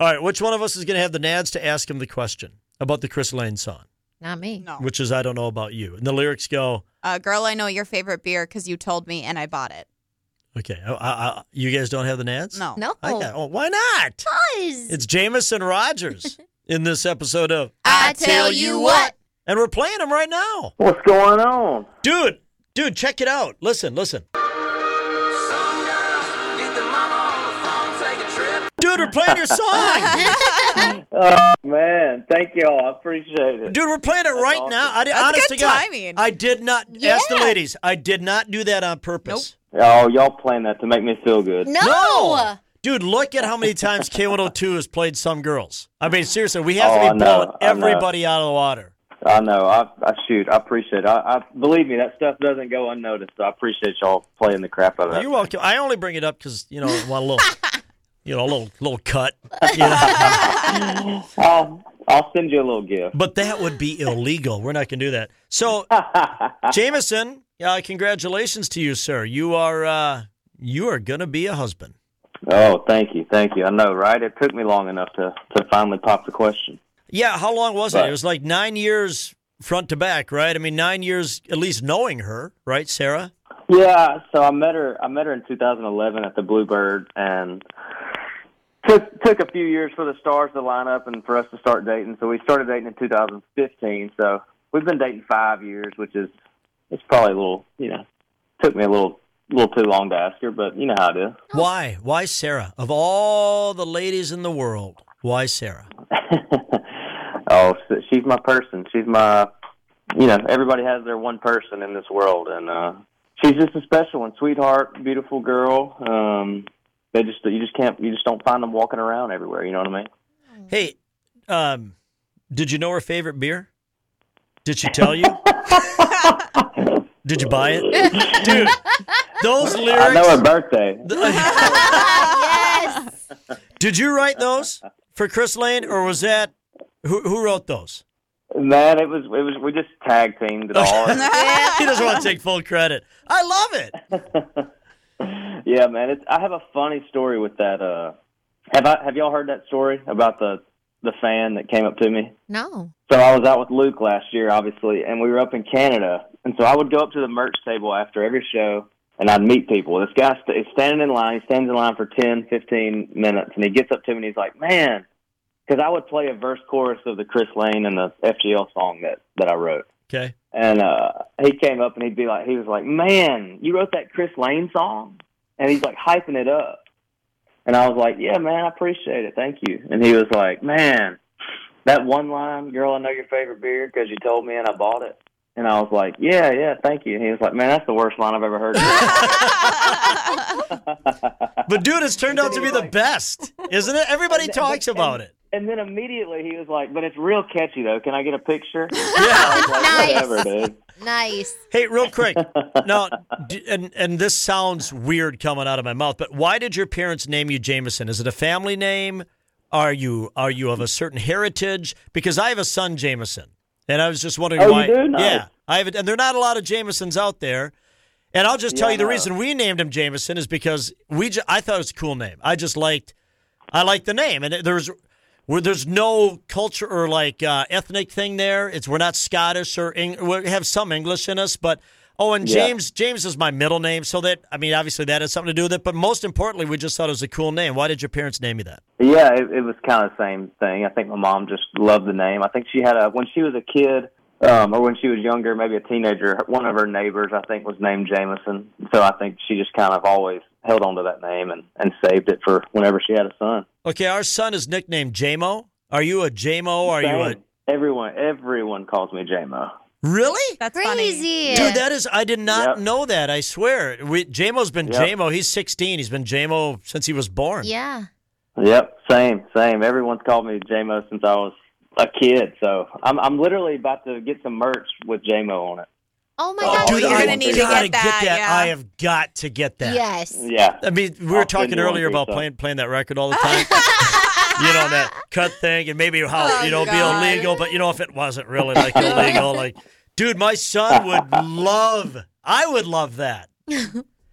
All right, which one of us is going to have the nads to ask him the question about the Chris Lane song, Not me. No. which is I don't know about you. And the lyrics go, Uh, girl, I know your favorite beer because you told me and I bought it. okay, I, I, I, you guys don't have the nads? No. No. I got, oh, why not? Buzz. It's Jamison Rogers in this episode of, I tell you what. and we're playing him right now. What's going on? Dude, dude, check it out. Listen, listen. Dude, we're playing your song. Man, thank y'all. I appreciate it. Dude, we're playing it right awesome. now. I, honest good to God, timing. I did not ask the ladies. I did not do that on purpose. Oh, y'all playing that to make me feel good. No. Dude, look at how many times K102 has played some girls. I mean, seriously, we have Oh, to I be know, blowing I know. everybody out of the water. I know. I, I shoot. I appreciate it. I, I believe me. That stuff doesn't go unnoticed. So I appreciate y'all playing the crap out of it. You're welcome. I only bring it up because you know I want a little, you know, a little little cut. You know? I'll, I'll send you a little gift. but that would be illegal. We're not going to do that. So, Jameson, uh, congratulations to you, sir. You are uh, you are going to be a husband. Oh, thank you, thank you. I know, right? It took me long enough to to finally pop the question. Yeah, how long was it? Right. It was like nine years front to back, right? I mean, nine years at least knowing her, right, Sarah? Yeah, so I met her. I met her in 2011 at the Bluebird, and took took a few years for the stars to line up and for us to start dating. So we started dating in 2015. So we've been dating five years, which is it's probably a little you know took me a little little too long to ask her, but you know how it is. Why? Why Sarah? Of all the ladies in the world, why Sarah? oh, s- she's my person. She's my, you know, everybody has their one person in this world, and uh, she's just a special one, sweetheart, beautiful girl. Um, they just you just can't you just don't find them walking around everywhere. You know what I mean? Hey, um, did you know her favorite beer? Did she tell you? did you buy it? Dude, those I know her lyrics. birthday. yes. Did you write those for Chris Lane, or was that who, who wrote those? Man, it was it was we just tag teamed it all. He doesn't want to take full credit. I love it. yeah, man. It's I have a funny story with that. Uh, have I have y'all heard that story about the the fan that came up to me? No. So I was out with Luke last year, obviously, and we were up in Canada. And so I would go up to the merch table after every show, and I'd meet people. This guy st- is standing in line. He stands in line for ten, fifteen minutes, and he gets up to me and he's like, man, because I would play a verse chorus of the Chris Lane and the FGL song that, that I wrote. Okay. And uh, he came up and he'd be like, he was like, man, you wrote that Chris Lane song? And he's like hyping it up. And I was like, yeah, man, I appreciate it. Thank you. And he was like, man, that one line, girl, I know your favorite beer because you told me and I bought it. And I was like, yeah, yeah, thank you. And he was like, man, that's the worst line I've ever heard. But dude, it's turned out to be the best, isn't it? Everybody talks about it. and then immediately he was like, but it's real catchy, though. Can I get a picture? Yeah. Nice. Whatever, dude. Nice. Hey, real quick. Now, d- and and this sounds weird coming out of my mouth, but why did your parents name you Jameson? Is it a family name? Are you are you of a certain heritage? Because I have a son, Jameson, and I was just wondering Oh, you why. do? Nice. Yeah, I have, and there are not a lot of Jamesons out there. And I'll just tell Yeah, you the I know. reason we named him Jameson is because we. Ju- I thought it was a cool name. I just liked, I liked the name, and there's where there's no culture or like uh, ethnic thing there. It's we're not Scottish or Eng- we have some English in us, but oh, and Yeah. James James is my middle name, so that I mean obviously that has something to do with it. But most importantly, we just thought it was a cool name. Why did your parents name you that? Yeah, it, it was kind of the same thing. I think my mom just loved the name. I think she had a when she was a kid, um, or when she was younger, maybe a teenager. One of her neighbors, I think, was named Jameson. So I think she just kind of always held on to that name and and saved it for whenever she had a son. Okay, our son is nicknamed JMO. Are you a JMO? Are you a Same. Everyone, everyone calls me JMO. really? That's funny. Crazy. Dude, that is I did not Yep. know that. I swear. We, JMO's been Yep. JMO. He's 16. He's been JMO since he was born. yeah. Yep, same, same. Everyone's called me JMO since I was a kid, so I'm I'm literally about to get some merch with JMO on it. Oh my Oh, gosh, dude, you're I gonna need to gotta get get that, yeah. I have got to get that. Yes. Yeah, I mean, we were I'll send talking you one earlier for about yourself. playing playing that record all the time. you know that cut thing, and maybe how Oh, you know it'd God. be illegal, but you know if it wasn't really like illegal, like dude, my son would love. I would love that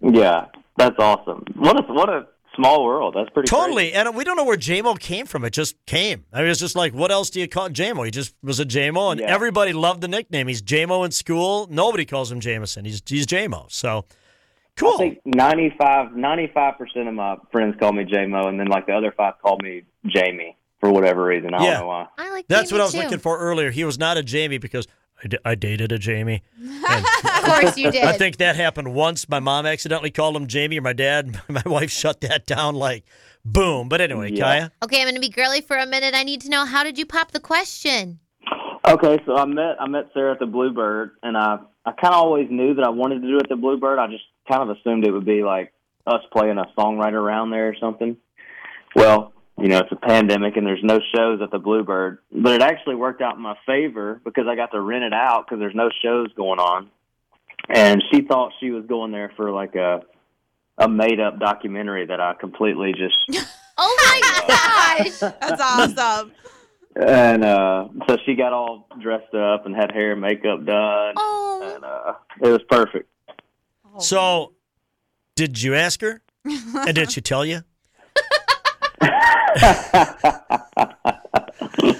yeah, that's awesome. What a what a small world. That's pretty totally. And we don't know where JMO came from. It just came. I mean, it's just like what else do you call JMO? He just was a JMO, and Yeah. everybody loved the nickname. He's JMO in school. Nobody calls him Jameson. He's he's JMO. So cool. I think 95 percent of my friends call me JMO, and then like the other five call me Jamie for whatever reason. I don't Yeah. know why. I like That's Jamie what I was too. looking for earlier. He was not a Jamie because I, d- I dated a Jamie. And Of course you did. I think that happened once. My mom accidentally called him Jamie, or my dad, my wife shut that down like boom. But anyway, Yeah. Kaya, okay, I'm gonna be girly for a minute. I need to know how did you pop the question? Okay, so I met I met Sarah at the Bluebird, and I I kind of always knew that I wanted to do it at the Bluebird. I just kind of assumed it would be like us playing a song right around there or something. Well, you know, it's a pandemic and there's no shows at the Bluebird, but it actually worked out in my favor because I got to rent it out because there's no shows going on. And she thought she was going there for like a a made up documentary that I completely just Oh my gosh. That's awesome. and uh so she got all dressed up and had hair and makeup done Oh and uh it was perfect. so did you ask her? and did she tell you? God, I'm a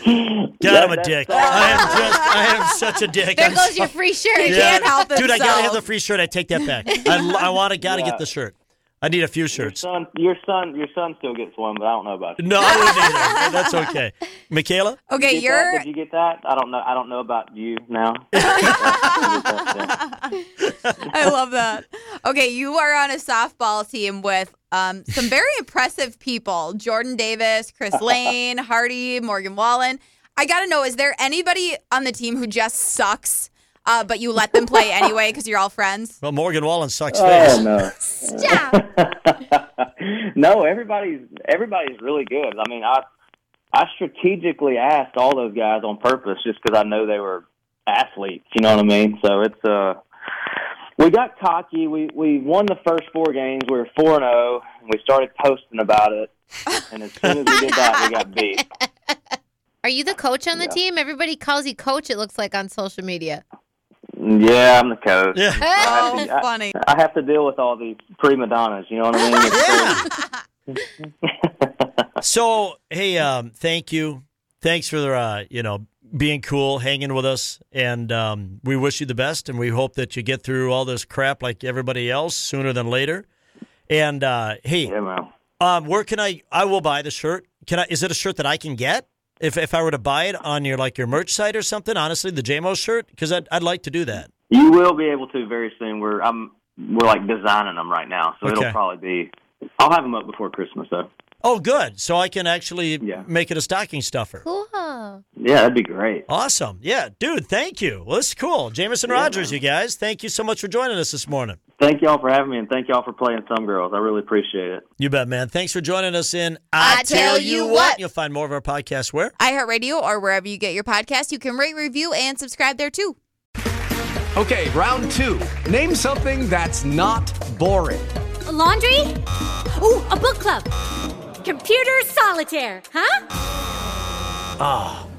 That- dick. that's- I am just, I am such a dick. there I'm goes your sorry. free shirt. You can't help Dude, I gotta have the themselves. free shirt. I take that back. I, lo- I want to, gotta Yeah. get the shirt. I need a few Your shirts. son, your son, your son still gets one, but I don't know about you. No, I wouldn't either. That's okay. Michaela? Okay, Did that- you're Did you get that? I don't know. I don't know about you now. I love that. Okay, you are on a softball team with um, some very impressive people Jordan Davis, Chris Lane, Hardy, Morgan Wallen. I got to know is there anybody on the team who just sucks, uh, but you let them play anyway because you're all friends? Well, Morgan Wallen sucks Oh, face. no. Stop. no, everybody's everybody's really good. I mean, I I strategically asked all those guys on purpose just because I know they were athletes. You know what I mean? So it's uh, we got cocky. We we won the first four games. We were four and zero. We started posting about it, and as soon as we did that, we got beat. Are you the coach on the Yeah. team? Everybody calls you coach, it looks like on social media. Yeah, I'm the coach. Yeah. Oh, I- funny. I have to deal with all these prima donnas. You know what I mean? It's- So hey, um, thank you. Thanks for uh, you know being cool, hanging with us, and um, we wish you the best, and we hope that you get through all this crap like everybody else sooner than later. And uh, hey, yeah, man. um, where can I? I will buy the shirt. Can I? Is it a shirt that I can get if if I were to buy it on your like your merch site or something? Honestly, the JMO shirt because I'd I'd like to do that. You will be able to very soon. We're I'm we're like designing them right now, so Okay. it'll probably be. I'll have them up before Christmas though. Oh, good. So I can actually Yeah. make it a stocking stuffer. Cool. Yeah, that'd be great. Awesome. Yeah, dude, thank you. Well, this is cool. Jameson Yeah, Rogers, man. you guys, thank you so much for joining us this morning. Thank y'all for having me, and thank y'all for playing some girls. I really appreciate it. You bet, man. Thanks for joining us in I Tell You What. You'll find more of our podcast where? iHeartRadio or wherever you get your podcast, you can rate, review, and subscribe there too. Okay, round two. Name something that's not boring. A laundry? Ooh, a book club. Computer solitaire, huh?